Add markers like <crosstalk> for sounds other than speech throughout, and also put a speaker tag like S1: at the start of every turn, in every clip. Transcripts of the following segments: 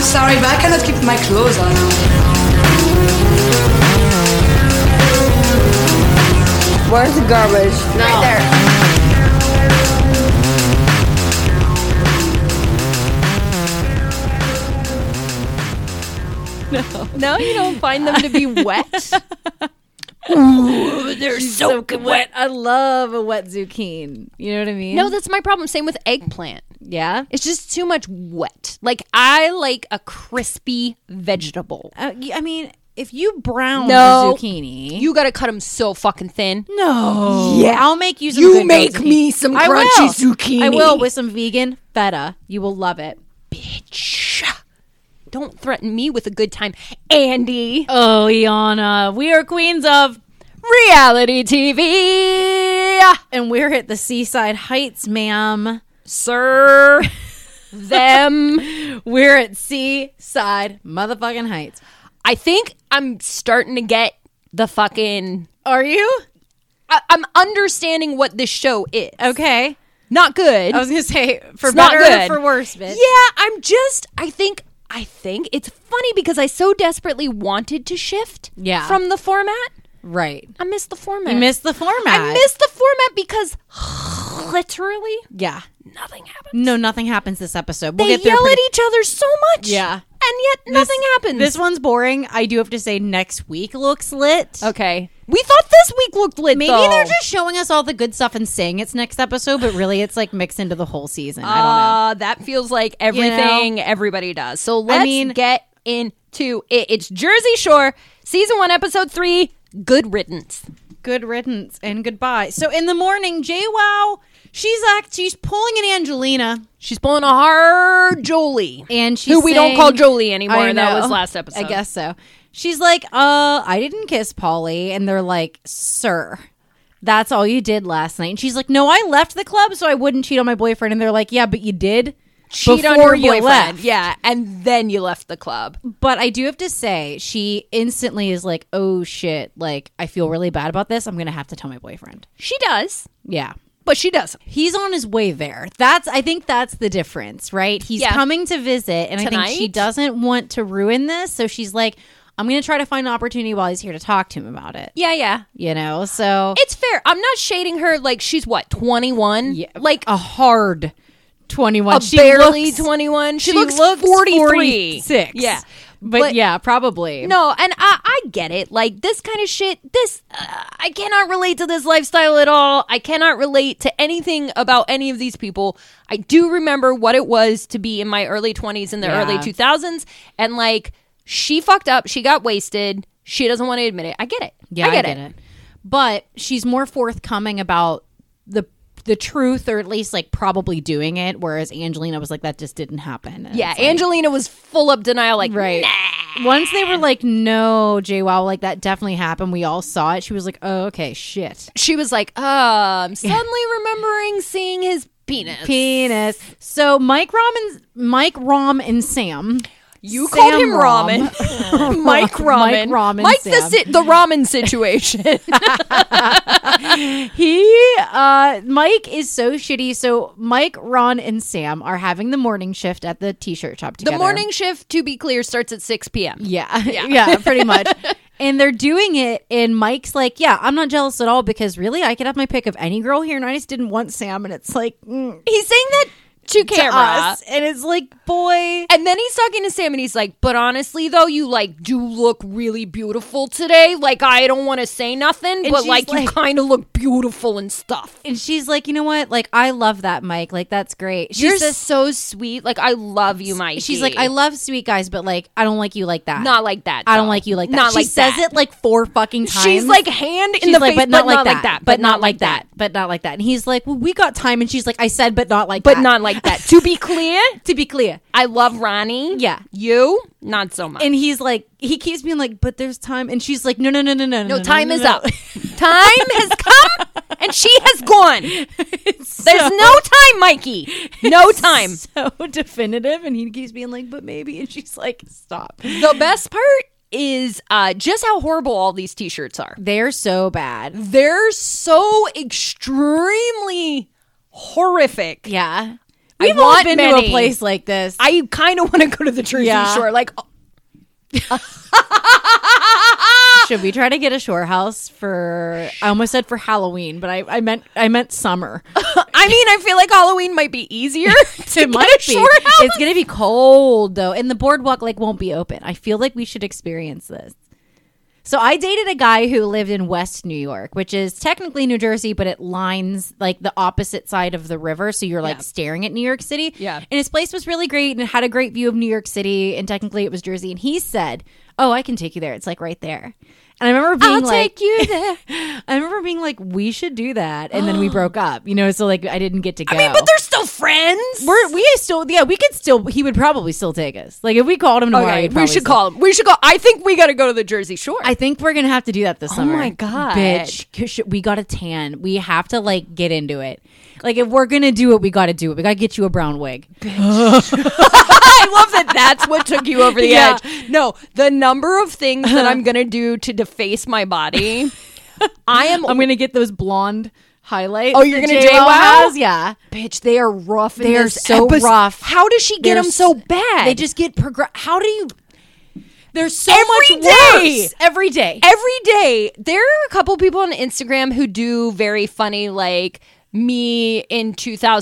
S1: sorry, but I cannot keep my clothes on now.
S2: Where's the garbage? Right there.
S3: No, you don't find them
S4: <laughs>
S3: to be wet.
S4: They're so
S3: wet. I love a wet zucchini. You know what I mean?
S4: No, that's my problem. Same with eggplant.
S3: yeah.
S4: It's just too much wet. Like I like a crispy vegetable.
S3: Uh, y- I mean, if you brown
S4: No.
S3: a zucchini,
S4: You got to cut them so fucking thin.
S3: no. Yeah, I'll make you. Some
S2: You
S3: good
S2: make
S3: goat zucchini.
S2: me some
S3: I will.
S2: crunchy zucchini.
S3: I will with some vegan feta. You will love it.
S4: Bitch. Don't threaten me with a good time, Andy.
S3: Oh, Iana, we are queens of
S4: Reality TV.
S3: and we're at the Seaside Heights, ma'am.
S4: Sir. <laughs> Them.
S3: We're at Seaside motherfucking Heights.
S4: I think I'm starting to get the fucking.
S3: Are you?
S4: I, I'm understanding what this show is.
S3: Okay.
S4: Not good.
S3: I was gonna say for
S4: It's
S3: better
S4: not
S3: or
S4: good.
S3: for worse, bitch.
S4: Yeah, I'm just. I think. I think it's funny because I so desperately wanted to shift.
S3: Yeah.
S4: From the format,
S3: Right.
S4: I missed the format.
S3: You missed the format.
S4: I missed the format because literally
S3: Yeah.
S4: nothing happened.
S3: No, nothing happens this episode. We'll
S4: They
S3: get through
S4: yell
S3: pretty-
S4: at each other so much.
S3: Yeah.
S4: And yet nothing happens.
S3: This one's boring. I do have to say, next week looks lit.
S4: Okay. We thought this week looked lit.
S3: Maybe
S4: though.
S3: they're just showing us all the good stuff and saying it's next episode, but really it's like mixed into the whole season. I don't know.
S4: Uh, that feels like everything everybody does. So let's
S3: mean-
S4: get into it. It's Jersey Shore, season one, episode three. Good riddance.
S3: Good riddance and goodbye. So in the morning, Jay Wow, she's act she's pulling an Angelina
S4: She's pulling a hard Jolie,
S3: and she's
S4: who we don't
S3: saying-
S4: call Jolie anymore.
S3: I
S4: That
S3: know. <laughs>
S4: was last episode.
S3: I guess so. She's like, uh, I didn't kiss Polly. And they're like, sir, that's all you did last night. And she's like, no, I left the club so I wouldn't cheat on my boyfriend. And they're like, yeah, but you did
S4: cheat on your
S3: before you
S4: boyfriend.
S3: left.
S4: Yeah, and then you left the club.
S3: But I do have to say, she instantly is like, oh shit, like, I feel really bad about this. I'm going to have to tell my boyfriend.
S4: She does,
S3: Yeah.
S4: but she doesn't.
S3: He's on his way there. That's I think that's the difference, right? He's
S4: Yeah.
S3: coming to visit and I think she
S4: Tonight?
S3: doesn't want to ruin this, so she's like, I'm going to try to find an opportunity while he's here to talk to him about it.
S4: Yeah, yeah.
S3: you know so
S4: It's fair. I'm not shading her. Like she's what 21.
S3: Yeah,
S4: Like
S3: a hard 21
S4: a barely 21. She, looks, 43.
S3: 46
S4: Yeah.
S3: but,
S4: But-
S3: yeah probably
S4: No, and I, I get it. Like this kind of shit, this uh, I cannot relate to this lifestyle at all. I cannot relate to anything about any of these people. I do remember what it was to be in my early 20s and the
S3: Yeah.
S4: early 2000s and like she fucked up, she got wasted. She doesn't want to admit it. I get it.
S3: yeah i get, it. but she's more forthcoming about the the truth or at least like probably doing it whereas angelina was like that just didn't happen And
S4: Yeah,
S3: it's like-
S4: Angelina was full up denial like
S3: right
S4: right.
S3: once they were like no jay wow like that definitely happened we all saw it she was like oh okay shit
S4: She was like, "Uh, I'm suddenly remembering seeing his penis."
S3: penis so mike rom and mike rom and sam
S4: You
S3: Sam
S4: called him
S3: Rom.
S4: <laughs> ramen. Mike
S3: <laughs> Mike
S4: ramen.
S3: Ramen
S4: Mike the
S3: Sam.
S4: si- the ramen situation.
S3: He, uh, Mike is so shitty. So Mike, Ron, and Sam are having the morning shift at the t-shirt shop
S4: <laughs> the
S3: together.
S4: morning shift, to be clear, starts at 6 p.m.
S3: yeah, <laughs> yeah, yeah pretty
S4: <laughs>
S3: much. and they're doing it, and Mike's like, "Yeah, I'm not jealous at all because really, I could have my pick of any girl here, and I just didn't want Sam." And it's like mm,
S4: He's saying that to
S3: to
S4: camera.
S3: us, and it's like, boy,
S4: And then he's talking to Sam and he's like, "But honestly though, you like do look really beautiful today. Like I don't want to say nothing, but
S3: she's
S4: like, you
S3: like-
S4: kind of look beautiful and stuff."
S3: and she's like, "You know what? Like, I love that, Mike. Like, that's great." She's
S4: You're
S3: just,
S4: so sweet. Like I love you, Mike.
S3: she's like, "I love sweet guys, but like, I don't like you like that.
S4: not like that.
S3: I don't
S4: though.
S3: like you like that."
S4: Not
S3: she
S4: like
S3: says
S4: that.
S3: it like four fucking times.
S4: She's like hand in
S3: She's
S4: the
S3: like,
S4: face, but not, like, that,
S3: but not like that, but not like that. And he's like, well, we got time. And she's like, I said, but not like
S4: but
S3: that.
S4: not like that. to be clear,
S3: to be clear.
S4: I love Ronnie.
S3: Yeah.
S4: You, not so much.
S3: And he's like, he keeps being like, but there's time. And she's like, no, no, no, no, no,
S4: no,
S3: no,
S4: time
S3: no,
S4: is
S3: no. <laughs>
S4: up. <laughs> time has come and she has gone. There's no time, Mikey. No <laughs> time.
S3: <laughs> So definitive. And he keeps being like, but maybe. And she's like, stop.
S4: the best part is uh, just how horrible all these t shirts are.
S3: They're so bad.
S4: They're so extremely horrific.
S3: Yeah. We've
S4: I
S3: all
S4: want
S3: been to
S4: many.
S3: a place like this.
S4: I kind of want to go to the Jersey
S3: Yeah.
S4: Shore. Like, Ah!
S3: Should we try to get a shore house for? I almost said for Halloween, but I, I meant I
S4: <laughs>
S3: meant summer.
S4: I mean, I feel like Halloween might be easier <laughs>
S3: <laughs>
S4: to
S3: it
S4: get
S3: might
S4: a
S3: be.
S4: shore house.
S3: It's gonna be cold though, and the boardwalk like won't be open. I feel like we should experience this. So I dated a guy who lived in West New York, which is technically New Jersey, but it lines like the opposite side of the river, so you're like
S4: Yeah.
S3: staring at New York City.
S4: Yeah.
S3: And his place was really great and it had a great view of New York City, and technically it was Jersey. And he said, "Oh, I can take you there. It's like right there." And I remember being
S4: I'll
S3: like,
S4: take
S3: <laughs>
S4: you there.
S3: I remember being like, we should do that. And
S4: <gasps>
S3: then we broke up, you know, so like I didn't get to go.
S4: I mean, but they're still friends.
S3: We're, we still, yeah, we could still. He would probably still take us. Like if we called him tomorrow,
S4: okay,
S3: he'd
S4: we
S3: probably
S4: should
S3: still-
S4: call him. We should call. I think we got to go to the Jersey Shore.
S3: I think we're gonna have to do that this summer.
S4: my God.
S3: bitch! 'Cause sh- We got to tan. We have to like get into it. Like if we're gonna do it, we got to do it. We got to get you a brown wig.
S4: I love that that's what took you <laughs> over the
S3: Yeah.
S4: edge. No, the number of things that <laughs> I'm going to do to deface my body. <laughs> I am
S3: I'm gonna get those blonde highlights.
S4: Oh, you're
S3: that
S4: gonna
S3: JL
S4: JL?
S3: has. Yeah,
S4: bitch, they are rough. in
S3: They are
S4: this
S3: so
S4: epis-
S3: rough.
S4: How does she get
S3: They're
S4: them so
S3: s-
S4: bad?
S3: They just get progress. How do you? There's so
S4: Every
S3: much
S4: day!
S3: worse every day.
S4: every day there are a couple people on Instagram who do very funny like me in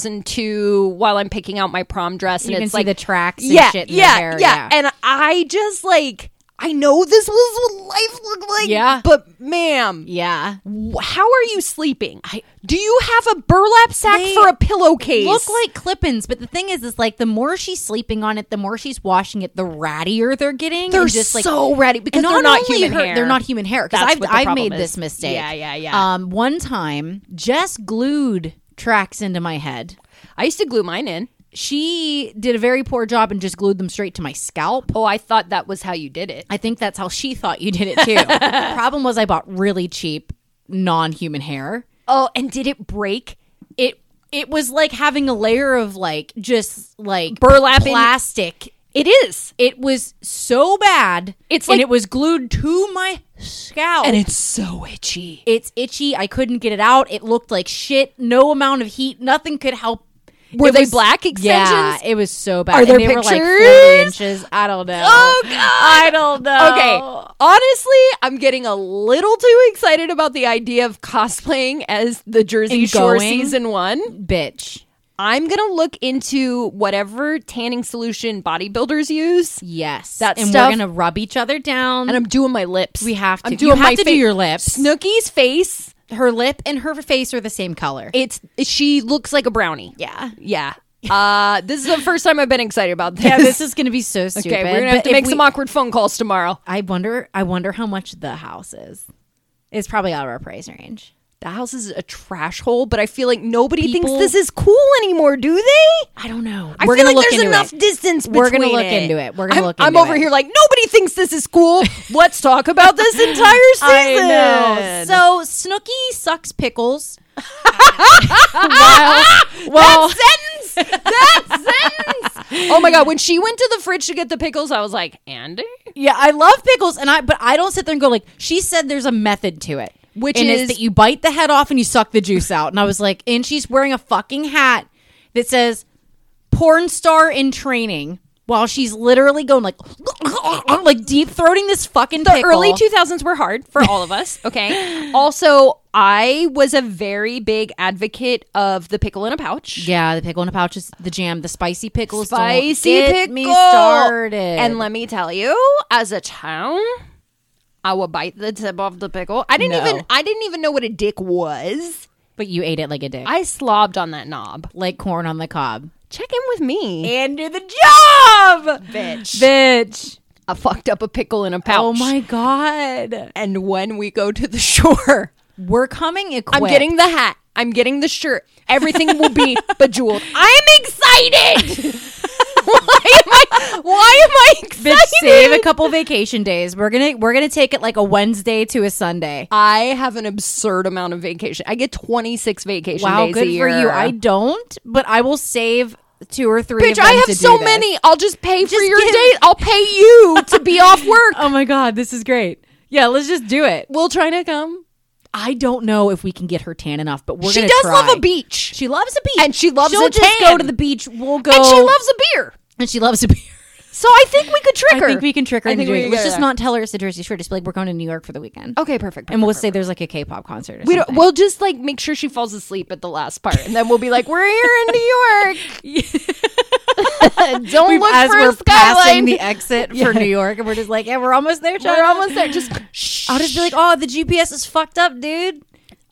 S4: 2002 while I'm picking out my prom dress and
S3: You can
S4: it's
S3: see
S4: like
S3: the tracks and shit in their
S4: yeah,
S3: hair,
S4: yeah,
S3: yeah.
S4: and I just like I know this was what life looked like
S3: Yeah.
S4: but ma'am
S3: yeah,
S4: wh- how are you sleeping? do you have a burlap sack
S3: They
S4: for a pillowcase?
S3: look like clippins, but the thing is, is like the more she's sleeping on it, the more she's washing it, the rattier they're getting.
S4: They're
S3: and just like
S4: so ratty because
S3: and
S4: they're not
S3: only
S4: human
S3: her-
S4: hair.
S3: They're not human hair because
S4: That's
S3: I've
S4: what the
S3: I've
S4: problem
S3: made
S4: is.
S3: this mistake.
S4: Yeah, yeah, yeah.
S3: Um, one time, Jess glued tracks into my head.
S4: I used to glue mine in.
S3: She did a very poor job and just glued them straight to my scalp.
S4: Oh, I thought that was how you did it.
S3: I think that's how she thought you did it
S4: <laughs>
S3: too. the problem was I bought really cheap non-human hair.
S4: Oh, and did it break?
S3: It it was like having a layer of like just like
S4: Burlap in-
S3: plastic
S4: It is.
S3: It was so bad.
S4: It's
S3: and
S4: like-
S3: it was glued to my scalp. And
S4: it's so itchy.
S3: it's itchy. I couldn't get it out. It looked like shit. No amount of heat. Nothing could help.
S4: Were
S3: It
S4: they
S3: was-
S4: black
S3: Yeah,
S4: extensions?
S3: it was so bad.
S4: Are there
S3: and they Were like
S4: pictures?
S3: 40 inches. I don't know.
S4: Oh, God.
S3: I don't know.
S4: Okay. Honestly, I'm getting a little too excited about the idea of cosplaying as the Jersey
S3: And
S4: Shore
S3: going.
S4: season one.
S3: bitch.
S4: I'm gonna look into whatever tanning solution bodybuilders use,
S3: Yes,
S4: That
S3: and
S4: stuff-
S3: we're gonna rub each other down.
S4: and I'm doing my lips.
S3: we have to.
S4: I'm doing
S3: you have
S4: my
S3: to
S4: fa-
S3: do your lips.
S4: Snooki's face.
S3: her lip and her face are the same color.
S4: It's she looks like a brownie.
S3: yeah.
S4: Yeah. Uh, this is the first time I've been excited about this.
S3: Yeah, this is gonna be so stupid.
S4: okay. We're gonna
S3: but
S4: have to
S3: if
S4: make
S3: we-
S4: some awkward phone calls tomorrow.
S3: I wonder. I wonder how much the house is. It's probably out of our price range.
S4: The house is a trash hole, but I feel like nobody
S3: People-
S4: thinks this is cool anymore, do they?
S3: I don't know.
S4: I feel like there's enough distance between
S3: We're gonna look
S4: it.
S3: into it. We're gonna
S4: I'm,
S3: look
S4: I'm
S3: into
S4: over
S3: it.
S4: here like nobody thinks this is
S3: <laughs>
S4: cool. Let's talk about this entire season.
S3: I know. So Snooky sucks pickles. <laughs> While- well,
S4: sentence. That sentence. Oh my god! When she went to the fridge to get the pickles, I was like, Andy.
S3: yeah, I love pickles, and I but I don't sit there and go like she said. There's a method to it,
S4: Which
S3: and
S4: is-
S3: that you bite the head off and you suck the juice out. And I was like, and she's wearing a fucking hat that says porn star in training. While she's literally going like, <laughs> like deep throating this fucking
S4: The
S3: pickle.
S4: early 2000s were hard for all of
S3: <laughs>
S4: us. Okay. also, I was a very big advocate of the pickle in a pouch.
S3: Yeah, the pickle in a pouch is the jam. The spicy pickles. don't
S4: spicy
S3: get
S4: pickle.
S3: Me started.
S4: And let me tell you, as a town, I would bite the tip off the pickle. I didn't
S3: No.
S4: even I didn't even know what a dick was.
S3: but you ate it like a dick,
S4: I slobbed on that knob.
S3: like corn on the cob.
S4: Check in with me.
S3: And do the job,
S4: bitch.
S3: bitch.
S4: I fucked up a pickle in a pouch.
S3: Oh my god,
S4: And when we go to the <laughs> shore,
S3: we're coming equipped.
S4: I'm getting the hat. I'm getting the shirt. Everything will
S3: <laughs>
S4: be bejeweled. <laughs> I'm excited. why am I why am I excited?
S3: Bitch, save a couple vacation days. We're gonna we're gonna take it like a Wednesday to a Sunday.
S4: I have an absurd amount of vacation. I get 26 vacation
S3: Wow,
S4: days
S3: good
S4: a year.
S3: for you. I don't, but I will save two or three. of
S4: Bitch,
S3: them
S4: I have
S3: to do
S4: so
S3: this.
S4: many. I'll just pay for
S3: Just
S4: your
S3: get-
S4: date. I'll pay
S3: <laughs>
S4: you to be off work.
S3: Oh my god, this is great. Yeah, let's just do it.
S4: Will China come?
S3: I don't know if we can get her tan enough, but we're
S4: She
S3: gonna
S4: does
S3: try.
S4: love a beach.
S3: She loves a beach,
S4: And she loves
S3: She'll
S4: a
S3: just
S4: tan.
S3: go to the beach. We'll go,
S4: and she loves a beer.
S3: and she loves a beach.
S4: So I think we could trick
S3: I
S4: her.
S3: think we can trick her
S4: I
S3: into
S4: think we
S3: doing it.
S4: can
S3: Let's
S4: get
S3: just
S4: her
S3: not tell her it's a Jersey Shore. Just be like we're going to New York for the weekend,
S4: Okay, perfect.
S3: and we'll
S4: perfect,
S3: say there's like a K-pop concert. Or
S4: We don't,
S3: something.
S4: we'll just like make sure she falls asleep at the last part, and then we'll be like, "We're here in <laughs> New York. <laughs> Don't look
S3: as
S4: for
S3: we're
S4: a skyline.
S3: passing the exit for New York, and we're just like, yeah, we're almost there.
S4: <laughs>
S3: Child.
S4: We're almost there. Just <laughs> shh.
S3: I'll just be like, oh, the GPS is fucked up, dude.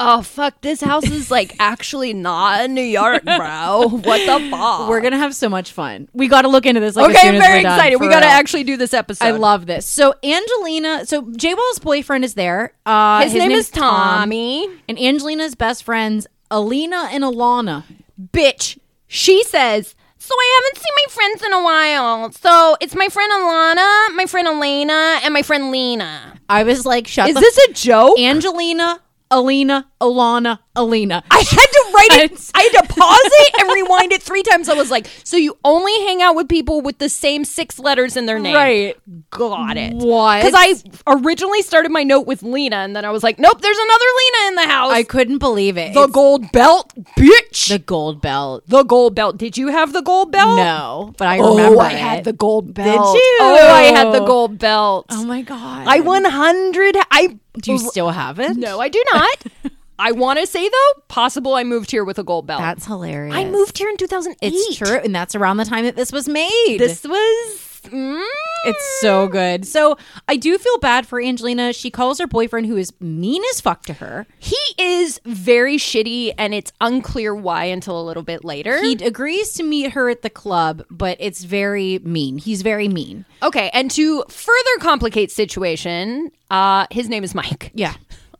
S4: oh fuck, this house is like actually not in New <laughs> York, bro. What the fuck?
S3: We're gonna have so much fun. We got to look into this. Like, as
S4: okay.
S3: soon
S4: I'm
S3: as
S4: very
S3: we're done,
S4: excited.
S3: for
S4: we got to
S3: real.
S4: actually do this episode.
S3: I love this. So Angelina, so J Wall's boyfriend is there. Uh,
S4: His, name,
S3: name's
S4: is Tommy.
S3: and Angelina's best friends Alina and Alana.
S4: bitch. She says, So I haven't seen my friends in a while. So it's my friend Alana, my friend Elena, and my friend Lena.
S3: I was like, shut.
S4: Is
S3: the
S4: this a joke?
S3: Angelina, Alina, Alana, Alina?
S4: I had to write it.
S3: It's-
S4: I had to pause it and rewind it three times. I was like, so you only hang out with people with the same six letters in their name.
S3: Right.
S4: Got it.
S3: What?
S4: Because I originally started my note with Lena, and then I was like, nope, there's another Lena in the house.
S3: I couldn't believe it.
S4: the
S3: It's
S4: gold belt, bitch.
S3: the
S4: The,
S3: gold belt.
S4: gold belt. Did you have the gold belt?
S3: No, but I remember.
S4: oh, I
S3: it.
S4: had the gold belt.
S3: you?
S4: Oh, I had the gold belt.
S3: Oh my god!
S4: I 100. I
S3: Do you still have it?
S4: No, I do not.
S3: <laughs>
S4: I want to say though, possible I moved here with a gold belt.
S3: that's hilarious.
S4: I moved here in 2008.
S3: It's true, and that's around the time that this was made.
S4: This was mm,
S3: It's so good. So I do feel bad for Angelina. She calls her boyfriend, who is mean as fuck to her.
S4: he is very shitty, and it's unclear why until a little bit later.
S3: He agrees to meet her at the club, but it's very mean. He's very mean.
S4: okay, and to further complicate situation, uh, his name is Mike.
S3: Yeah.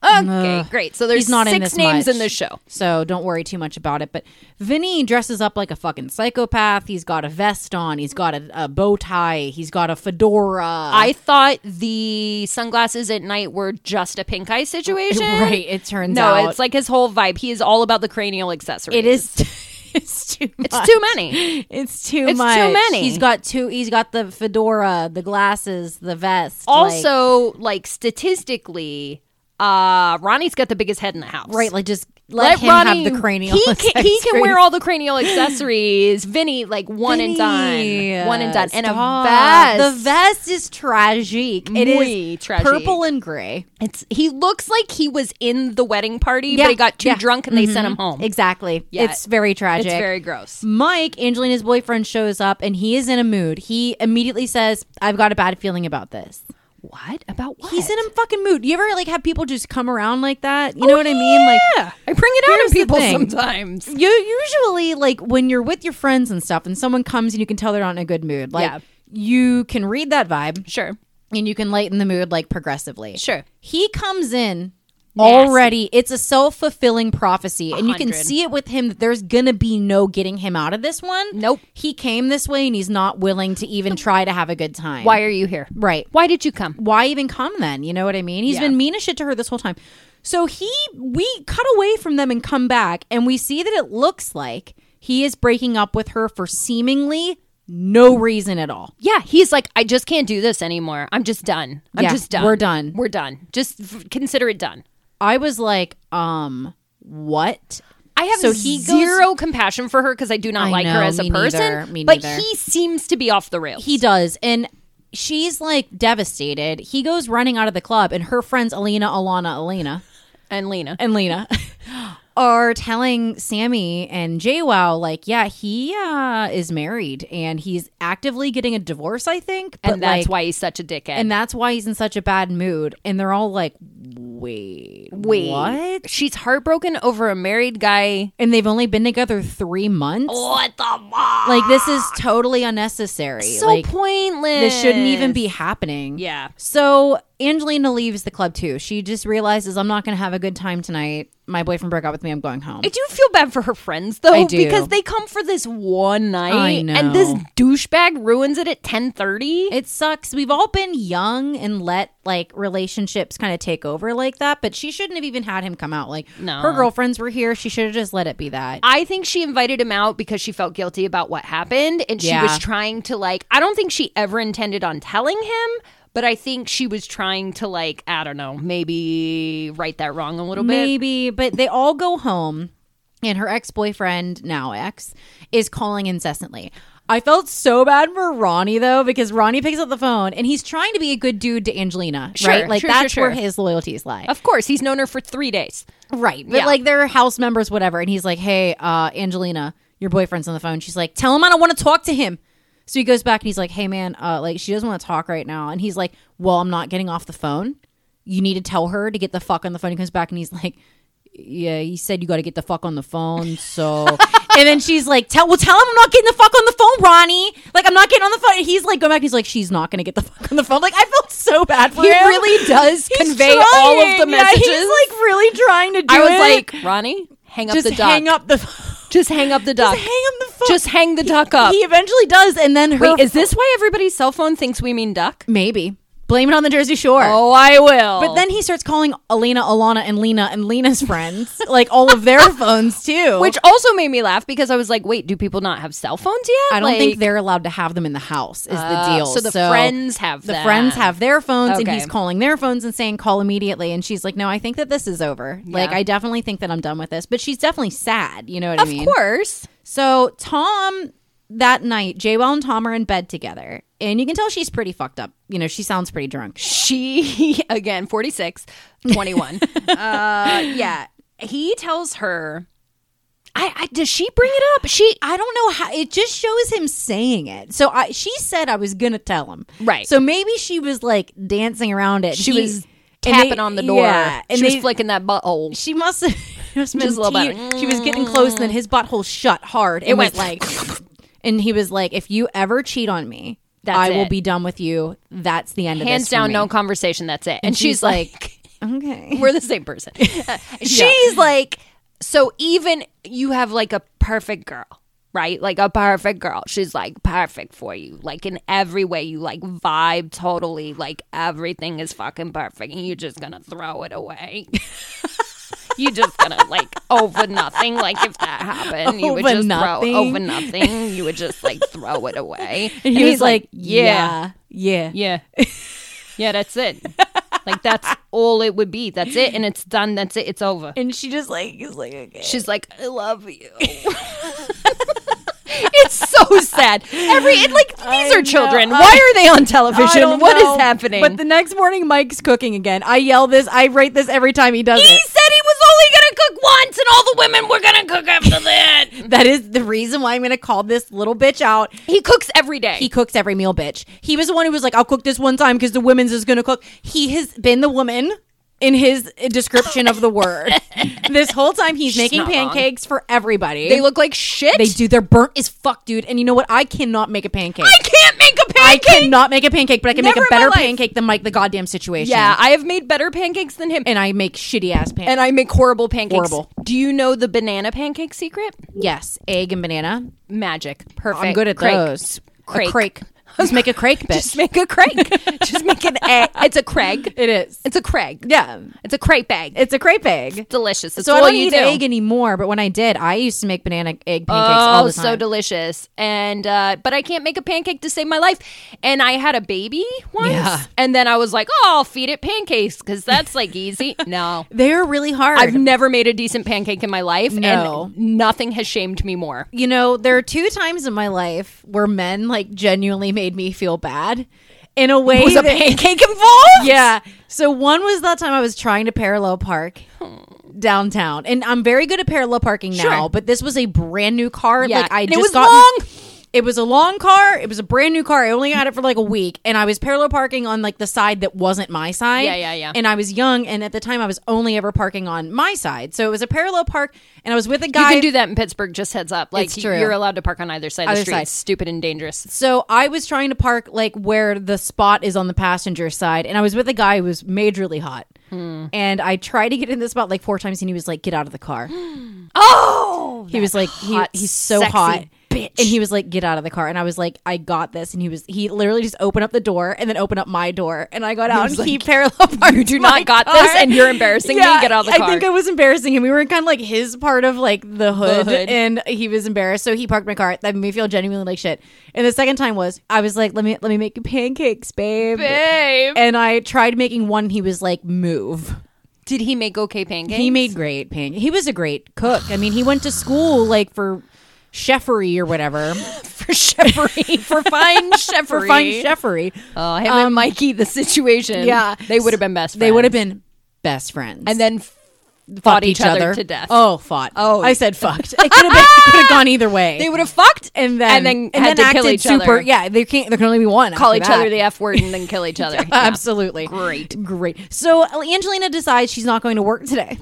S4: Okay, great. So there's
S3: He's not
S4: six
S3: in this
S4: names
S3: much,
S4: in this show.
S3: So don't worry too much about it. But Vinny dresses up like a fucking psychopath. He's got a vest on. He's got a, a bow tie. He's got a fedora. <laughs>
S4: I thought the sunglasses at night were just a pink
S3: <laughs>
S4: eye situation.
S3: Right, it turns
S4: no,
S3: out-
S4: it's like his whole vibe. He is all about the cranial accessories.
S3: it is it's too much.
S4: It's too many.
S3: It's too
S4: It's too
S3: much.
S4: many.
S3: He's got two he's got the fedora, the glasses, the vest. like-
S4: Also, like, statistically, uh, Ronnie's got the biggest head in the house.
S3: Right, like just let, him have the cranial.
S4: <laughs> He can, he can wear all the cranial accessories. Vinny, like one and done, one and done, and a vest.
S3: The vest is tragic. It
S4: Muy
S3: is
S4: tragic.
S3: purple and gray.
S4: It's he looks like he was in the wedding party,
S3: Yeah,
S4: but he got too
S3: yeah.
S4: drunk and they sent him home.
S3: Exactly.
S4: Yeah.
S3: It's very tragic.
S4: It's very gross.
S3: Mike, Angelina's boyfriend, shows up and he is in a mood. He immediately says, "I've got a bad feeling about this."
S4: What about what? Oh,
S3: He's in a fucking mood. You ever like have people just come around like that? You know what I mean? Like
S4: yeah, I bring it out
S3: Here's
S4: in
S3: the
S4: people
S3: thing.
S4: sometimes.
S3: you usually like when you're with your friends and stuff and someone comes and you can tell they're not in a good mood like
S4: Yeah.
S3: you can read that vibe
S4: Sure.
S3: and you can lighten the mood like progressively
S4: Sure.
S3: he comes in
S4: Nasty.
S3: already it's a self-fulfilling prophecy and you can
S4: hundred.
S3: see it with him that there's gonna be no getting him out of this one
S4: Nope.
S3: he came this way and he's not willing to even try to have a good time
S4: Why are you here?
S3: right
S4: Why did you come?
S3: why even come then? You know what I mean? He's
S4: Yeah.
S3: been mean as shit to her this whole time. So he, we cut away from them and come back, and we see that it looks like he is breaking up with her for seemingly no reason at all.
S4: Yeah, he's like, I just can't do this anymore. I'm just done. I'm
S3: Yeah,
S4: just done.
S3: we're done.
S4: We're done. Just f- consider it done.
S3: I was like, um, what?
S4: I have
S3: So he goes-
S4: zero compassion for her because I do not
S3: I
S4: like her
S3: know,
S4: as a
S3: me
S4: person.
S3: neither, me
S4: but
S3: neither.
S4: he seems to be off the rails.
S3: He does, and she's like devastated. He goes running out of the club, and her friends Alina, Alana, Alina.
S4: and Lena.
S3: and Lena <laughs> are telling Sammy and JWoww like, yeah, he uh, is married and he's actively getting a divorce, I think. But
S4: And that's
S3: like,
S4: why he's such a dickhead.
S3: and that's why he's in such a bad mood. And they're all like, wait,
S4: Wait.
S3: what?
S4: She's heartbroken over a married guy.
S3: And they've only been together three months.
S4: What the fuck?
S3: Like this is totally unnecessary.
S4: so
S3: like
S4: pointless.
S3: this shouldn't even be happening.
S4: Yeah.
S3: So Angelina leaves the club too. She just realizes I'm not going to have a good time tonight. My boyfriend broke up with me. I'm going home.
S4: I do feel bad for her friends though,
S3: I do.
S4: because they come for this one night,
S3: I know.
S4: and this douchebag ruins it at ten thirty.
S3: It sucks. We've all been young and let like relationships kind of take over like that, but she shouldn't have even had him come out. Like
S4: No.
S3: her girlfriends were here. She should have just let it be that.
S4: I think she invited him out because she felt guilty about what happened and she
S3: Yeah.
S4: was trying to like I don't think she ever intended on telling him, But I think she was trying to like I don't know maybe right that wrong a little bit.
S3: Maybe, but they all go home, and her ex boyfriend, now ex, is calling incessantly. I felt so bad for Ronnie though because Ronnie picks up the phone and he's trying to be a good dude to Angelina,
S4: Sure,
S3: right? Like
S4: sure,
S3: that's
S4: sure,
S3: where
S4: sure.
S3: his loyalties lie.
S4: Of course, he's known her for three days.
S3: Right. But
S4: Yeah.
S3: like they're house members, whatever. And he's like, hey, uh, Angelina, your boyfriend's on the phone. She's like, tell him I don't want to talk to him. So he goes back and he's like, hey, man, uh, like she doesn't want to talk right now. And he's like, well, I'm not getting off the phone. You need to tell her to get the fuck on the phone. He comes back and he's like, yeah, he said you got to get the fuck on the phone.
S4: <laughs>
S3: So, and then she's like, tell, well, tell him I'm not getting the fuck on the phone, Ronnie. Like, I'm not getting on the phone. And he's like, going back and he's like, she's not going to get the fuck on the phone. Like, I felt so bad for
S4: He
S3: him.
S4: really does
S3: He's
S4: convey all of the
S3: trying. Yeah,
S4: messages.
S3: he's like really trying to do
S4: I was
S3: it.
S4: like, Ronnie, hang up
S3: just
S4: the duck.
S3: hang up the <laughs>
S4: Just hang up the duck.
S3: Just hang up the phone.
S4: Just hang the duck up.
S3: He eventually does, and then her
S4: Wait, is this why everybody's cell phone thinks we mean duck?
S3: maybe blame it on the Jersey Shore?
S4: Oh, I will.
S3: But then he starts calling Elena, Alana, and Lena, and Lena's friends, <laughs> like all of their phones too.
S4: which also made me laugh because I was like, wait, do people not have cell phones yet?
S3: I don't think
S4: Like,
S3: they're allowed to have them in the house. Is
S4: Uh,
S3: the deal?
S4: so the friends have
S3: the
S4: them.
S3: friends have their phones, and
S4: Okay.
S3: he's calling their phones and saying call immediately. And she's like, no, I think that this is over. Like,
S4: Yeah.
S3: I definitely think that I'm done with this. But she's definitely sad. You know what I
S4: of
S3: mean?
S4: course.
S3: So Tom that night, Jaywell and Tom are in bed together, and you can tell she's pretty fucked up. You know, she sounds pretty drunk.
S4: She, again, 46, <laughs> 21. uh, <laughs> yeah. He tells her, I, I, does she bring it up? She,
S3: I don't know how it just shows him saying it. So I, she said I was gonna tell him,
S4: Right.
S3: So maybe she was like dancing around it.
S4: she
S3: He-
S4: was
S3: and
S4: tapping
S3: they-
S4: on the door.
S3: yeah, and
S4: she
S3: they-
S4: was flicking that butthole.
S3: she must have <laughs> just been
S4: Just a little
S3: tea-
S4: bit.
S3: she was getting close and then his butthole shut hard and it
S4: went
S3: was like and he was like if you ever cheat on me
S4: That's
S3: i will
S4: it.
S3: be done with you that's the end of
S4: Hands
S3: this for
S4: down,
S3: me.
S4: no conversation. That's it. And, she's,
S3: she's
S4: like,
S3: okay
S4: <laughs> we're the same
S3: <laughs>
S4: person. Uh, She's like, so even you have like a perfect girl, right? Like a perfect girl. She's like perfect for you, like in every way. You like vibe totally, like everything is fucking perfect, and you're just gonna throw it away. <laughs> You're just gonna like over nothing. Like if that happened, you would
S3: Over
S4: just
S3: nothing?
S4: throw over nothing. You would just like throw it away.
S3: <laughs> and he was like, yeah yeah <laughs>
S4: Yeah. Yeah, that's it. like that's all it would be. That's it and it's done. That's it. It's over.
S3: and she just like is like okay
S4: She's like, "I love
S3: <laughs>
S4: you." it's so sad. Every it, like these
S3: I
S4: are children.
S3: know.
S4: Why
S3: I-
S4: are they on
S3: I
S4: television?
S3: don't
S4: What is
S3: know.
S4: happening?
S3: But the next morning, Mike's cooking again. I yell this. I rate this every time he does
S4: he
S3: it.
S4: said he was only going to cook once and all the women were going to cook after that.
S3: That is the reason why I'm going to call this little bitch out.
S4: he cooks every day.
S3: He cooks every meal, bitch. He was the one who was like, "I'll cook this one time because the women's is going to cook." He has been the woman in his description of
S4: <laughs>
S3: the word this whole time. He's making
S4: not wrong.
S3: pancakes for everybody.
S4: they look like shit.
S3: They do. They're burnt as fuck, dude. And you know what? I cannot make a pancake.
S4: I can't make a
S3: I
S4: pancake.
S3: cannot make a pancake, but I can
S4: Never
S3: make
S4: in
S3: a
S4: my
S3: better
S4: life.
S3: pancake than Mike the goddamn situation.
S4: yeah, I have made better pancakes than him.
S3: and I make shitty ass pancakes.
S4: and I make horrible pancakes.
S3: Horrible.
S4: Do you know the banana pancake secret?
S3: yes, egg and banana.
S4: Magic. Perfect.
S3: I'm good at
S4: Crake.
S3: those.
S4: Crake.
S3: A crake. Just make a crake,
S4: <laughs>
S3: bitch.
S4: Just make a crake. <laughs> Just make an egg. It's a crag.
S3: it is.
S4: It's a crag.
S3: Yeah,
S4: It's a crepe egg. It's
S3: it's a crepe egg.
S4: delicious. It's
S3: so
S4: all
S3: I don't
S4: you
S3: eat
S4: do.
S3: egg anymore, but when I did, I used to make banana egg pancakes
S4: Oh,
S3: all the time.
S4: so delicious! And uh, but I can't make a pancake to save my life. And I had a baby once,
S3: Yeah.
S4: and then I was like, "Oh, I'll feed it pancakes because that's like <laughs> easy." No,
S3: They're really hard.
S4: I've never made a decent pancake in my life,
S3: No.
S4: and nothing has shamed me more.
S3: you know, there are two times in my life where men like genuinely made me feel bad in a way
S4: Was a
S3: that-
S4: pancake involved?
S3: <laughs> Yeah. So one was that time I was trying to parallel park downtown, and I'm very good at parallel parking now.
S4: Sure.
S3: But this was a brand new car.
S4: Yeah,
S3: Like I
S4: and it
S3: just
S4: was
S3: gotten-
S4: long.
S3: It was a long car. It was a brand new car. I only had it for like a week, and I was parallel parking on like the side that wasn't my side.
S4: Yeah, yeah, yeah.
S3: And I was young, and at the time I was only ever parking on my side, so it was a parallel park, and I was with a
S4: You
S3: guy.
S4: can do that in Pittsburgh. Just heads up, like
S3: It's true.
S4: you're allowed to park on either side of the
S3: Either
S4: street.
S3: side.
S4: It's stupid and dangerous.
S3: So I was trying to park like where the spot is on the passenger side, and I was with a guy who was majorly hot. And I tried to get in this spot like four times, and he was like, "Get out of the car."
S4: Oh,
S3: He was like, he,
S4: hot,
S3: "He's so
S4: sexy
S3: hot."
S4: bitch.
S3: And he was like, "Get out of the car." And I was like, "I got this." And he was he literally just opened up the door and then opened up my door, and I got out and he parallel parked. You do
S4: not got this, and you're embarrassing me. Get out of the
S3: I
S4: car.
S3: think I was embarrassing him. We were in kind of like his part of like the hood,
S4: hood.
S3: and he was embarrassed, so he parked my car. That made me feel genuinely like shit. And the second time was I was like, "Let me let me make you pancakes, babe."
S4: Babe.
S3: And I tried making one. He was like, "Move."
S4: Did he make okay pancakes?
S3: He made great pancakes. He was a great cook. I mean, he went to school like for chefery or whatever.
S4: <laughs> for
S3: <laughs>
S4: chefery, for fine chefery.
S3: for fine chefery.
S4: Oh, him and Mikey, the situation.
S3: yeah.
S4: They would have been best friends.
S3: They would have been best friends.
S4: And then f- fought, each, other, to death.
S3: Oh, fought.
S4: Oh.
S3: I
S4: <laughs>
S3: said fucked. It could have been could have gone either way.
S4: They would have fucked
S3: and then
S4: and then had to kill
S3: acted
S4: each other.
S3: Yeah, they can't. There can only be one.
S4: call
S3: after
S4: each
S3: that. <laughs>
S4: other the F word and then kill <laughs> each other. Yeah.
S3: Absolutely.
S4: Great.
S3: Great. So Angelina decides she's not going to work today.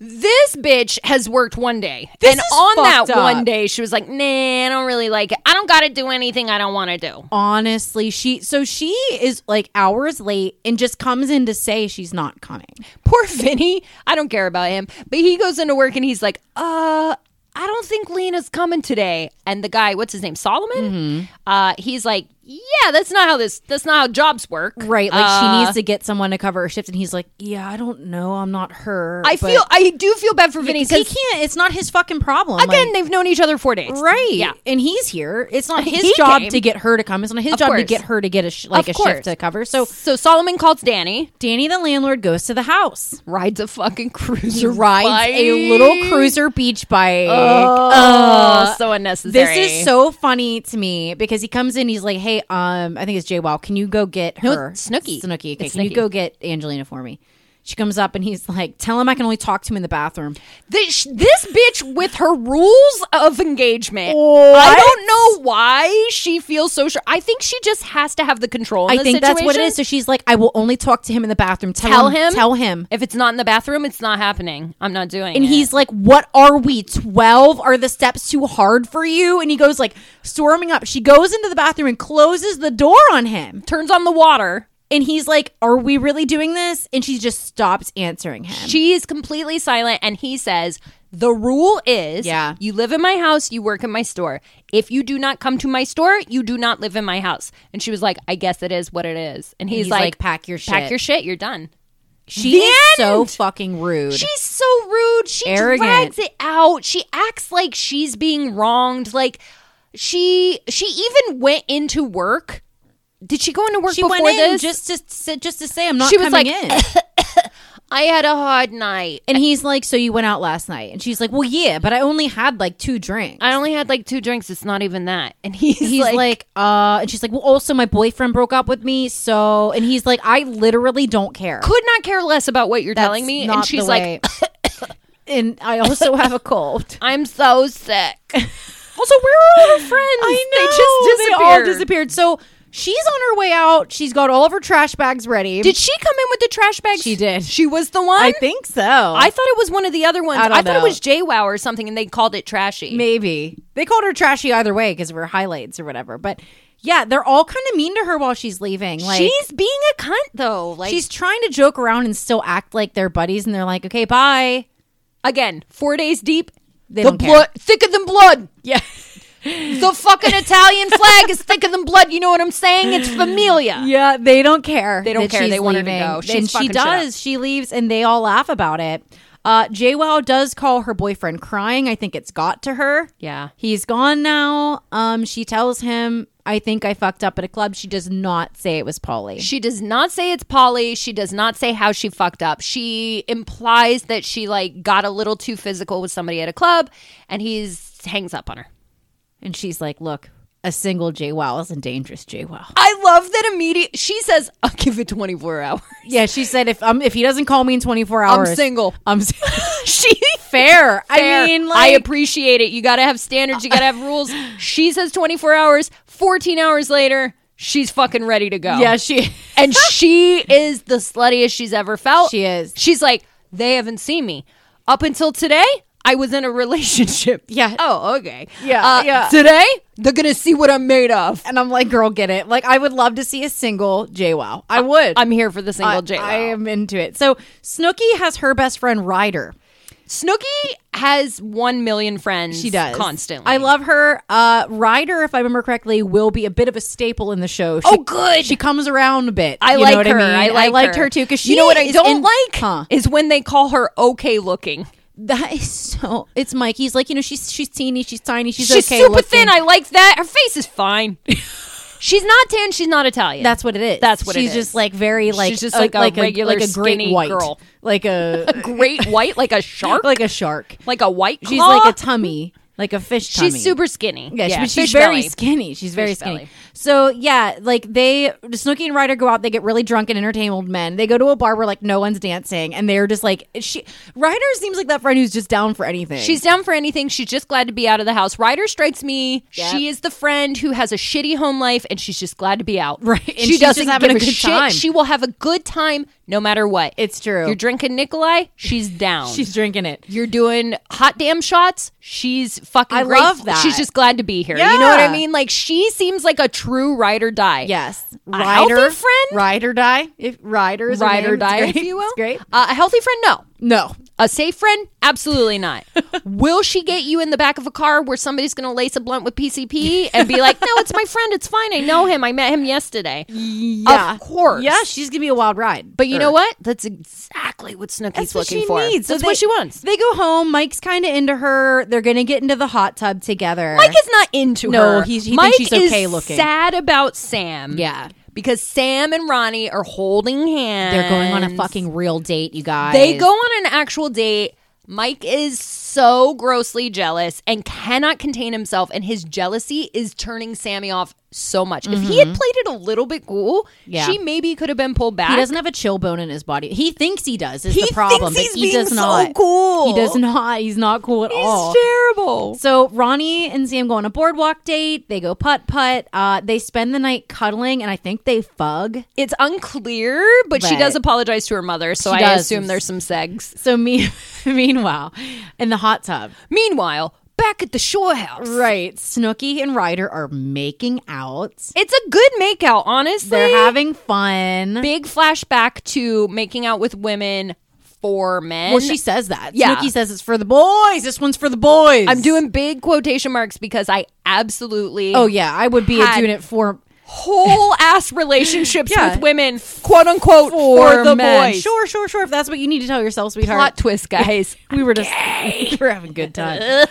S4: This bitch has worked one day.
S3: This
S4: and
S3: is
S4: on that
S3: fucked up.
S4: one day, she was like, nah, I don't really like it. I don't got to do anything I don't want to do.
S3: Honestly, she so she is like hours late and just comes in to say she's not coming.
S4: Poor Vinny. I don't care about him. But he goes into work and he's like, uh, I don't think Lena's coming today. And the guy, what's his name? Solomon? Uh, he's like, yeah, that's not how this, that's not how jobs work.
S3: Right, like
S4: Uh,
S3: she needs to get someone to cover her shift, and he's like, "Yeah, I don't know, I'm not her."
S4: Uh, I
S3: but-
S4: feel, I do feel bad for Vinny
S3: because he
S4: because
S3: can't. It's not his fucking problem.
S4: again,
S3: like-
S4: they've known each other four days.
S3: right?
S4: Yeah.
S3: and he's here. It's <laughs> not his
S4: He
S3: job
S4: came.
S3: to get her to come. It's not his
S4: Of
S3: job
S4: course.
S3: to get her to get a sh- like a
S4: Of course.
S3: shift to cover. So
S4: So Solomon calls Danny,
S3: Danny, the landlord, goes to the house,
S4: rides a fucking cruiser,
S3: He rides a little cruiser beach bike.
S4: Oh, so unnecessary.
S3: This is so funny to me because he comes in, he's like, "Hey, um, I think it's Jay Wow. Can you go get her
S4: Snooki.
S3: Snooki? Okay,
S4: It's
S3: can you
S4: Snooki.
S3: go get Angelina for me?" She comes up and he's like, "Tell him I can only talk to him in the bathroom."
S4: this, this bitch with her rules of engagement. I
S3: What?
S4: don't know why she feels so sure. I think she just has to have the control. In
S3: I
S4: this
S3: think that's what it
S4: situation.
S3: is. So she's like, "I will only talk to him in the bathroom. Tell,
S4: Tell
S3: him,
S4: him?
S3: Tell him."
S4: If it's not in the bathroom, it's not happening. I'm not doing
S3: And
S4: it.
S3: he's like, "What are we? Twelve? Are the steps too hard for you?" And he goes like storming up. She goes into the bathroom and closes the door on him.
S4: turns on the water.
S3: And he's like, "Are we really doing this?" And she just stops answering him.
S4: She is completely silent, and he says, "The rule is,
S3: Yeah.
S4: you live in my house, you work in my store. If you do not come to my store, you do not live in my house." And she was like, "I guess it is what it is." And he's,
S3: he's like, "Pack your
S4: pack
S3: shit."
S4: your shit. You're done."
S3: She is so
S4: end.
S3: fucking rude.
S4: She's so rude. She
S3: Arrogant.
S4: drags it out. She acts like she's being wronged. Like she she even went into work. Did she go into work
S3: she
S4: before
S3: went in
S4: this?
S3: just to s- just to say I'm not
S4: She was
S3: coming
S4: <laughs>
S3: in.
S4: like, I had a hard night.
S3: and he's like, "So you went out last night?" And she's like, "Well, yeah, but I only had like two drinks."
S4: I only had like two drinks. It's not even that. And he's,
S3: he's like, uh, and she's like, well, also my boyfriend broke up with me, so, and he's like, I literally don't care.
S4: could not care less about what you're
S3: That's
S4: telling me.
S3: not
S4: And
S3: the
S4: she's like, <laughs>
S3: way- <laughs> and I also have a cold. <laughs>
S4: I'm so <laughs> sick.
S3: Also, where are all her friends?
S4: I
S3: They
S4: know.
S3: just disappeared.
S4: They all
S3: disappeared. So she's on her way out. She's got all of her trash bags ready.
S4: did she come in with the trash bags?
S3: She did.
S4: She was the one.
S3: I think so.
S4: I thought it was one of the other ones.
S3: I
S4: Oh. I,
S3: don't
S4: thought it
S3: know.
S4: was JWoww or something, and they called it trashy.
S3: Maybe they called her trashy either way because of her highlights or whatever. But yeah, they're all kind of mean to her while she's leaving. Like
S4: she's being a cunt though. Like
S3: she's trying to joke around and still act like they're buddies, and they're like, "Okay, bye."
S4: again four days deep.
S3: They
S4: the
S3: don't care.
S4: blood thicker than blood.
S3: Yeah.
S4: The fucking Italian flag is thicker than blood. You know what I'm saying? It's familia.
S3: <laughs> Yeah, they don't care. They
S4: don't care. They want her to go. She's
S3: and she
S4: fucking shit up.
S3: does. She leaves, and they all laugh about it. Uh, JWoww does call her boyfriend crying. I think it's got to her.
S4: Yeah.
S3: he's gone now. Um, she tells him, "I think I fucked up at a club." She does not say it was Polly.
S4: She does not say it's Polly. She does not say how she fucked up. She implies that she like got a little too physical with somebody at a club, and he's hangs up on her.
S3: And she's like, "Look, a single JWoww isn't dangerous, JWoww."
S4: I love that immediate. She says, "I'll give it 24 hours."
S3: Yeah, she said, "If um, if he doesn't call me in 24 hours,
S4: single. <laughs>
S3: I'm s-
S4: she <laughs>
S3: fair.
S4: fair.
S3: I mean,
S4: I
S3: like,
S4: appreciate it. You got to have standards. You got to have
S3: <laughs>
S4: rules. She says 24 hours. 14 hours later, she's fucking ready to go.
S3: yeah, she."
S4: <laughs>
S3: <laughs>
S4: and she is the sluttiest she's ever felt.
S3: She is.
S4: She's like, they haven't seen me up until today. I was in a relationship. <laughs>
S3: Yeah.
S4: Oh, okay.
S3: Yeah, yeah.
S4: Today they're gonna see what I'm made
S3: <laughs>
S4: of.
S3: And I'm like, girl, get it. Like, I would love to see a single JWoww. I would.
S4: I'm here for the single
S3: I,
S4: J.
S3: I am into it. So Snooki has her best friend Ryder.
S4: Snooki has 1 million friends.
S3: She does
S4: Constantly.
S3: I love her. Uh, Ryder, if I remember correctly, will be a bit of a staple in the show. She,
S4: Oh, good.
S3: She comes around a bit.
S4: I
S3: You know
S4: like
S3: what
S4: her.
S3: I, mean?
S4: I, like
S3: liked her, too because she.
S4: you know what I
S3: is
S4: don't
S3: in-
S4: like
S3: Huh.
S4: is when they call her okay looking.
S3: That is so. It's Mike. He's like you know she's she's teeny, she's tiny, she's,
S4: She's
S3: okay
S4: super
S3: looking.
S4: thin. I like that. Her face is fine. <laughs> she's not tan. She's not Italian.
S3: That's what it is.
S4: That's what it
S3: she's
S4: is.
S3: just like very like
S4: She's just like a regular
S3: like a great
S4: skinny
S3: white
S4: girl. <laughs>
S3: like a
S4: great white, like a shark, like,
S3: <laughs> like a shark.
S4: a white.
S3: She's
S4: claw. <laughs>
S3: like a tummy, like a fish tummy.
S4: She's super skinny.
S3: Yeah, she- but she's
S4: fish
S3: very
S4: belly.
S3: skinny. She's very
S4: Fish
S3: skinny.
S4: belly.
S3: So yeah, like they Snooki and Ryder go out, they get really drunk and entertain old men. They go to a bar where like no one's dancing, and they're just like she. Ryder seems like that friend who's just down for anything.
S4: She's down for anything. She's just glad to be out of the house. Ryder strikes me.
S3: Yep.
S4: She is the friend who has a shitty home life and she's just glad to be out.
S3: Right. And
S4: she
S3: she's
S4: doesn't
S3: just
S4: have
S3: having
S4: give a,
S3: a good
S4: shit.
S3: time.
S4: She will have a good time no matter what.
S3: It's true.
S4: You're drinking Nikolai, she's down.
S3: she's drinking it.
S4: You're doing hot damn shots. She's fucking
S3: I
S4: grateful.
S3: love that.
S4: She's just glad to be here. You know what I
S3: Yeah.
S4: mean? Like she seems like a true ride or die.
S3: Yes,
S4: healthy friend?
S3: ride or die. If rider is her
S4: Ride
S3: name,
S4: or
S3: it's
S4: die,
S3: great.
S4: if you will.
S3: It's great.
S4: Uh, a healthy friend, no.
S3: No,
S4: A safe friend? Absolutely
S3: <laughs>
S4: not. Will she get you in the back of a car where somebody's going to lace a blunt with PCP and be like, <laughs> no, it's my friend. It's fine. I know him. I met him yesterday.
S3: yeah,
S4: Of course.
S3: yeah. She's gonna be a wild ride,
S4: But you know what? That's exactly what Snooki's
S3: That's what
S4: looking
S3: she
S4: for.
S3: needs. So
S4: That's what
S3: they-
S4: she wants.
S3: They go home. Mike's kind of into her. They're gonna get into the hot tub together.
S4: Mike is not into
S3: No,
S4: her.
S3: he's- he thinks
S4: Mike
S3: she's okay
S4: is
S3: looking.
S4: sad about Sam.
S3: Yeah.
S4: Because Sam and Ronnie are holding hands.
S3: They're going on a fucking real date, you guys.
S4: They go on an actual date. Mike is so grossly jealous and cannot contain himself, and his jealousy is turning Sammy off so much. If he had played it a little bit cool,
S3: Mm-hmm. Yeah.
S4: she maybe could have been pulled back.
S3: He doesn't have a chill bone in his body. He thinks he does. Is
S4: He
S3: the problem?
S4: thinks he's
S3: but he
S4: being
S3: does
S4: so
S3: not.
S4: cool.
S3: He does not. He's not cool at
S4: He's
S3: all.
S4: terrible.
S3: So Ronnie and Sam go on a boardwalk date. They go putt putt. Uh, they spend the night cuddling, and I think they fug.
S4: It's unclear, but, she
S3: But-
S4: does apologize to her mother, so
S3: She
S4: I
S3: does.
S4: assume there's some segs.
S3: So me, <laughs> meanwhile, in the hot tub,
S4: Meanwhile, back at the shore house,
S3: right? Snooky and Ryder are making out.
S4: it's a good makeout, honestly.
S3: They're having fun.
S4: big flashback to making out with women for men.
S3: Well, she says that.
S4: Yeah.
S3: Snooki says it's for the boys. This one's for the boys.
S4: I'm doing big quotation marks because I absolutely
S3: Oh yeah, I would be
S4: Had-
S3: doing it for
S4: whole ass <laughs> relationships
S3: Yeah.
S4: with women, quote unquote, for, the boys.
S3: Sure, sure, sure. If that's what you need to tell yourself, sweetheart.
S4: Plot twist, <laughs> guys.
S3: we were just <laughs> we were having a good time.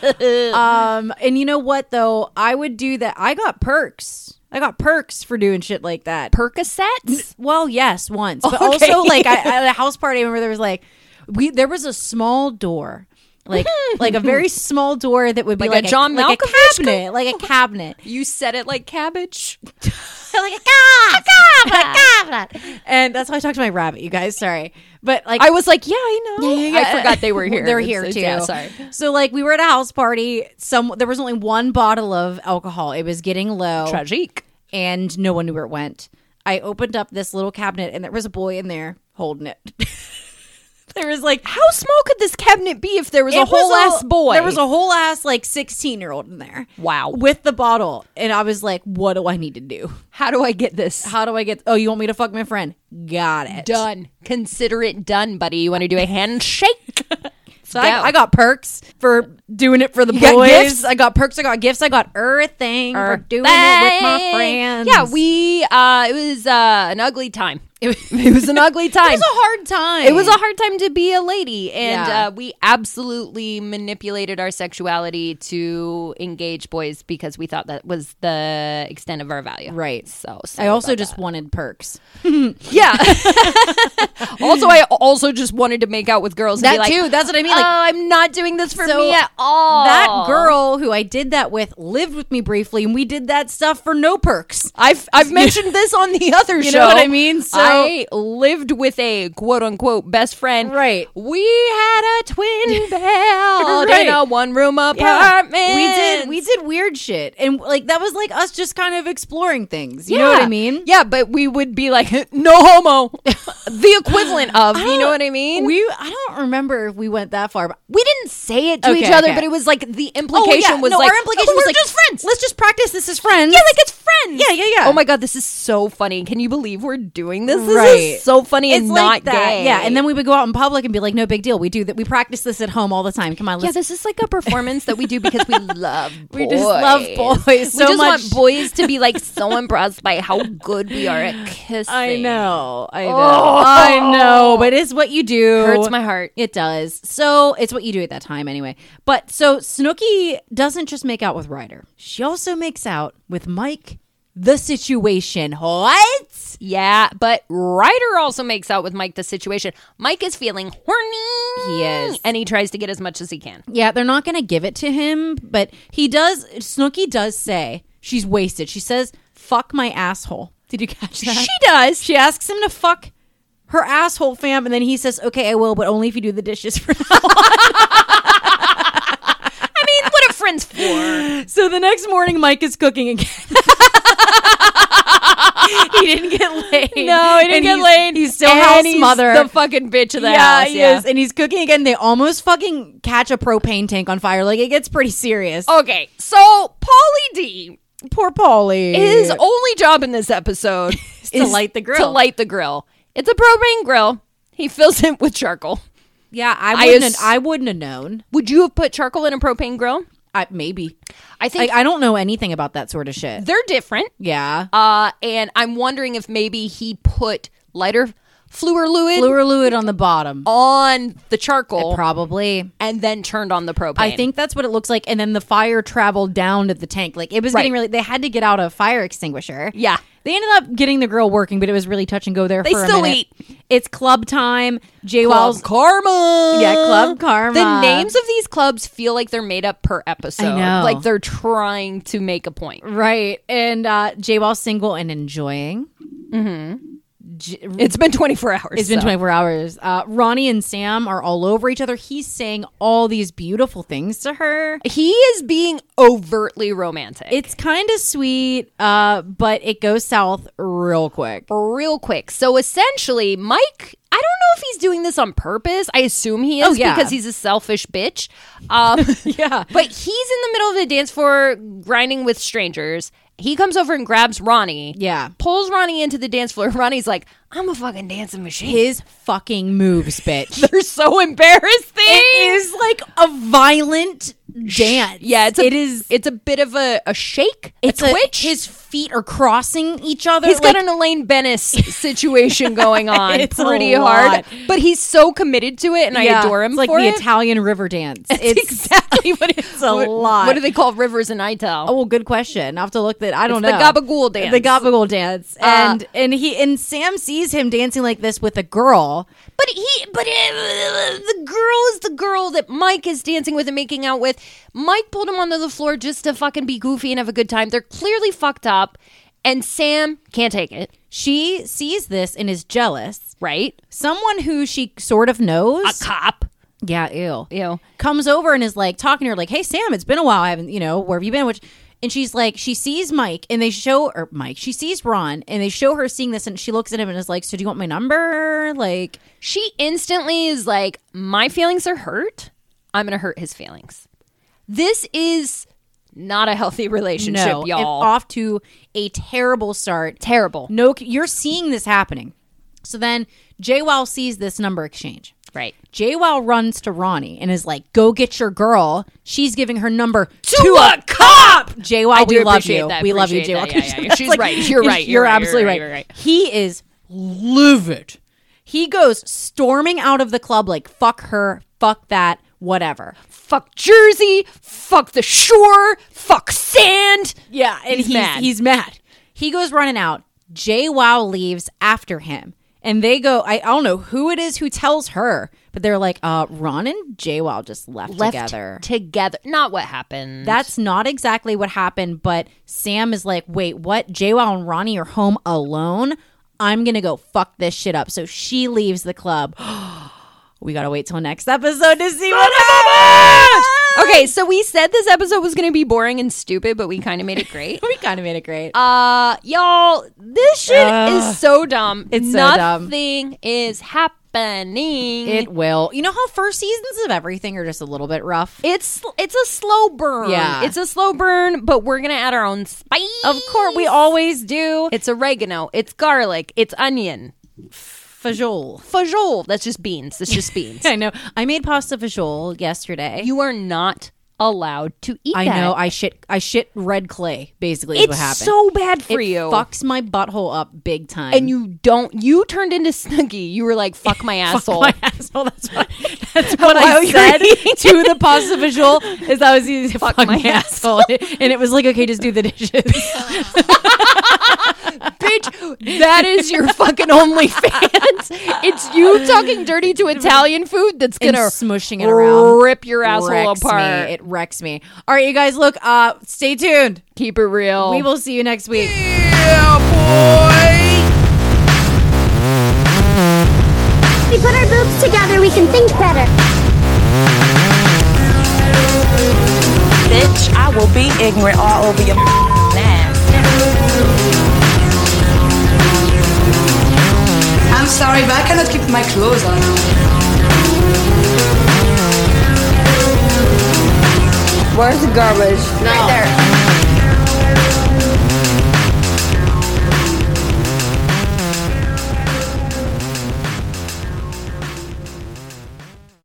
S3: um, and you know what though, I would do that. I got perks. I got perks for doing shit like that.
S4: Percocets.
S3: Well, yes, once, but
S4: <laughs> Okay.
S3: also like I, at a house party, I remember there was like we there was a small door,
S4: <laughs>
S3: like like a very small door that would be
S4: Like
S3: like,
S4: a John
S3: like a
S4: Malkovich co- <laughs>
S3: cabinet, like a cabinet.
S4: You said it like <laughs> cabbage.
S3: like a cat,
S4: <laughs>
S3: a cat, a cat. And that's how I talk to my rabbit, you guys. Sorry, but like
S4: I was like, yeah, I know. I forgot <laughs>
S3: <laughs>
S4: they were here.
S3: They're
S4: It's-
S3: here
S4: it's-
S3: too.
S4: Yeah, sorry.
S3: So like we were at a house party. Some there was only one bottle of alcohol. It was getting low,
S4: Tragique.
S3: and no one knew where it went. I opened up this little cabinet, and there was a boy in there holding it. <laughs> there was like
S4: How small could this cabinet be if there was a
S3: it was
S4: whole ass boy?
S3: There was a whole ass like sixteen year old in there.
S4: Wow.
S3: with the bottle, and I was like, "What do I need to do?
S4: How do I get this?
S3: How do I get? Oh, you want me to fuck my friend? Got it.
S4: done. Consider it done, buddy. You want to do a <laughs> handshake?
S3: So I, I got perks for doing it for the
S4: got
S3: boys.
S4: gifts?
S3: I got perks. I got gifts. I got everything for doing it with my
S4: Bye.
S3: friends.
S4: Yeah,
S3: <laughs>
S4: we. Uh, it was uh, an ugly time. <laughs> It was, an ugly time.
S3: <laughs> It was a hard time.
S4: It was a hard time to be a lady, and
S3: Yeah.
S4: uh, we absolutely manipulated our sexuality to engage boys because we thought that was the extent of our value.
S3: Right.
S4: So,
S3: I also just wanted perks.
S4: yeah. <laughs> also, I also just wanted to make out with girls. and
S3: That
S4: be like,
S3: too. That's what I mean.
S4: Oh,
S3: Like,
S4: I'm not doing this for
S3: So,
S4: me at all.
S3: That girl who I did that with lived with me briefly, and we did that stuff for no perks.
S4: I've <laughs> I've mentioned this on the other show.
S3: You know what I mean? So-
S4: I lived with a quote unquote best friend.
S3: Right.
S4: We had a <laughs> twin bed
S3: Right.
S4: in a one room
S3: Yeah.
S4: apartment.
S3: We did we did weird shit, and like that was like us just kind of exploring things. You know what I mean?
S4: Yeah, but we would be like, <laughs> no homo. the equivalent of, you know what I mean?
S3: We I don't remember if we went that far, but
S4: we didn't say it to
S3: Okay,
S4: each other,
S3: okay.
S4: but it was like the
S3: Oh, yeah.
S4: implication was
S3: No,
S4: like,
S3: our implication
S4: oh,
S3: was
S4: we're
S3: like
S4: just friends.
S3: Let's just practice this as friends.
S4: yeah, like it's friends. friends.
S3: Yeah, yeah, yeah.
S4: Oh my god, this is so funny. Can you believe we're doing this? This
S3: Right.
S4: is so funny and
S3: It's
S4: not
S3: like that.
S4: gay.
S3: Yeah, and then we would go out in public and be like, no big deal. We do that. We practice this at home all the time. Come on,
S4: yeah,
S3: let's.
S4: this is like a performance that we do because
S3: <laughs>
S4: we love boys.
S3: We just love boys so
S4: we just want
S3: much.
S4: boys to be like
S3: <laughs>
S4: so impressed by how good we are at kissing.
S3: I know. I know. I know. But it's what you do.
S4: Hurts my heart.
S3: It does. So it's what you do at that time anyway. But so Snooky doesn't just make out with Ryder. She also makes out with Mike the situation. What?
S4: Yeah, but Ryder also makes out with Mike the situation. Mike is feeling horny.
S3: He is.
S4: And he tries to get as much as he can.
S3: Yeah, they're not gonna give it to him, but he does Snooky does say she's wasted. She says, Fuck my asshole. Did you catch that?
S4: She does.
S3: She asks him to fuck her asshole, fam, and then he says, Okay, I will, but only if you do the dishes for now.
S4: I mean, what are friends for?
S3: <laughs> So the next morning, Mike is cooking again. <laughs> he didn't get laid. And he's- He's still house mother.
S4: The fucking bitch of the
S3: yeah,
S4: house.
S3: he is. And he's cooking again. They almost fucking catch a propane tank on fire. Like, it gets pretty serious.
S4: Okay, so Paulie D,
S3: poor Paulie.
S4: his only job in this
S3: <laughs>
S4: episode is
S3: to light the grill.
S4: To light the grill. It's a propane grill. He fills it with charcoal.
S3: yeah, I
S4: I
S3: wouldn't,
S4: ass-
S3: have, I wouldn't have known.
S4: Would you have put charcoal in a propane grill?
S3: I, maybe.
S4: I think
S3: Like, I don't know anything about that sort of shit.
S4: they're different.
S3: Yeah.
S4: Uh, and I'm wondering if maybe he put lighter fluor fluid
S3: Fluor fluid on the bottom.
S4: on the charcoal
S3: Probably.
S4: and then turned on the propane.
S3: I think that's what it looks like. And then the fire traveled down to the tank. Like it was
S4: Right.
S3: getting really. They had to get out a fire extinguisher.
S4: Yeah.
S3: They ended up getting the grill working, but it was really touch and go there.
S4: They
S3: for a
S4: still
S3: minute.
S4: eat.
S3: It's club time. Jay
S4: Club
S3: Wells.
S4: Karma.
S3: Yeah, <gasps> Club Karma.
S4: The names of these clubs feel like they're made up per episode.
S3: I know.
S4: Like they're trying to make a point.
S3: Right. And uh, Jay Wells single and enjoying.
S4: It's been 24 hours.
S3: It's been
S4: so.
S3: 24 hours. Uh, Ronnie and Sam are all over each other. He's saying all these beautiful things to her.
S4: He is being overtly romantic.
S3: It's kind of sweet, uh, but it goes south real quick. <laughs>
S4: real quick. So essentially, Mike, I don't know if he's doing this on purpose. I assume he is
S3: Oh, yeah.
S4: because he's a selfish bitch. Um,
S3: <laughs> Yeah.
S4: But he's in the middle of the dance floor grinding with strangers. He comes over and grabs Ronnie.
S3: Yeah.
S4: Pulls Ronnie into the dance floor. <laughs> Ronnie's like, I'm a fucking dancing machine. <laughs>
S3: His fucking moves, bitch.
S4: They're so embarrassing.
S3: It is like a violent dance.
S4: Yeah, it's a,
S3: it is.
S4: It's a bit of a, a shake,
S3: It's
S4: a
S3: a-
S4: twitch.
S3: his feet are crossing each other.
S4: He's
S3: like,
S4: got an Elaine Bennis <laughs> situation <laughs> going on
S3: It's a
S4: pretty
S3: lot.
S4: hard, but he's so committed to it, and I adore him
S3: It's like
S4: for
S3: the
S4: it.
S3: Italian river dance. It's,
S4: It's exactly what
S3: it's <laughs> a lot.
S4: What do they call rivers in Ital?
S3: Oh, well, good question. I will have to look that. I don't
S4: the
S3: know.
S4: gabagool dance. Uh,
S3: The gabagool dance, and and he and Sam sees him dancing like this with a girl.
S4: But he, but uh, the girl is the girl that Mike is dancing with and making out with. Mike pulled him onto the floor just to fucking be goofy and have a good time. They're clearly fucked up, and Sam can't take it.
S3: She sees this and is jealous.
S4: Right,
S3: Someone who she sort of
S4: a
S3: knows.
S4: cop.
S3: yeah, ew.
S4: Ew.
S3: comes over and is like talking to her, like, "Hey Sam, it's been a while. I haven't, you know, where have you been?" Which, and she's like, she sees Mike, and they show or Mike, she sees Ron, and they show her seeing this, and she looks at him and is like, "So do you want my number?" Like,
S4: She instantly is like, My feelings are hurt. I'm going to hurt his feelings. This is not a healthy relationship,
S3: no, and
S4: y'all.
S3: off to a terrible start.
S4: Terrible.
S3: No, you're seeing this happening. So then Jay Wow sees this number exchange.
S4: Right.
S3: Jay Wow runs to Ronnie and is like, "Go get your girl. She's giving her number to,
S4: To
S3: a
S4: a cop!
S3: Jay Wow,
S4: I do
S3: we love
S4: appreciate
S3: you.
S4: that,
S3: We love you, Jay
S4: appreciate
S3: Wow.
S4: that. Yeah, yeah,
S3: <laughs>
S4: yeah. She's right. You're right.
S3: You're,
S4: You're right.
S3: absolutely
S4: You're right. You're
S3: right.
S4: right.
S3: He is livid. He goes storming out of the club like, "Fuck her. Fuck that. Whatever."
S4: Fuck Jersey. Fuck the shore. Fuck sand.
S3: Yeah, and he's,
S4: He's
S3: he's mad.
S4: mad.
S3: He goes running out. Jay Wow leaves after him. And they go, I, I don't know who it is who tells her, but they're like, uh, Ron and Jay Wow just left,
S4: Left
S3: together.
S4: Together. Not what happened.
S3: That's not exactly what happened, but Sam is like, wait, what? Jay Wow and Ronnie are home alone? I'm going to go fuck this shit up. So she leaves the club. <gasps> we got to wait till next episode to see what happens.
S4: okay, so we said this episode was going to be boring and stupid, but we kind of made it great.
S3: <laughs>
S4: <laughs>
S3: We kind of made it great.
S4: Um, Uh, y'all, this shit
S3: Ugh.
S4: is so dumb.
S3: It's so dumb.
S4: Nothing is happening. happening.
S3: It will. You know how first seasons of everything are just a little bit rough?
S4: it's it's a slow burn.
S3: Yeah.
S4: It's a slow burn, but we're gonna add our own spice.
S3: Of course, we always do.
S4: It's oregano, it's garlic, it's onion.
S3: Fajol.
S4: Fajol. That's just beans. That's just beans.
S3: <laughs> I know. I made pasta fajol yesterday.
S4: you are not allowed to eat
S3: I
S4: that.
S3: know. I shit. I shit red clay. Basically, is
S4: it's
S3: what happened.
S4: so bad for
S3: it
S4: you.
S3: fucks my butthole up big time. <laughs>
S4: and you don't you turned into Snuggie. You were like, fuck my asshole. <laughs>
S3: my asshole. That's what. That's what I
S4: While you're <laughs>
S3: <laughs> said
S4: eating.
S3: to the pasta visual. Is <laughs> I was eating fuck,
S4: my
S3: my, asshole, <laughs> and it was like, okay, just do the dishes.
S4: Bitch, that is your fucking OnlyFans. it's you talking dirty
S3: <laughs>
S4: to Italian food that's
S3: <laughs> And
S4: gonna
S3: smushing it around.
S4: rip your asshole
S3: Wrecks me.
S4: apart.
S3: It wrecks me. All right, you guys, look. Uh, stay tuned.
S4: Keep it real.
S3: We will see you next week.
S5: If we put our boobs together, we can think better.
S6: bitch, I will be ignorant all over your ass.
S1: I'm sorry, but I cannot keep my clothes on now.
S2: Where's the garbage? Right there.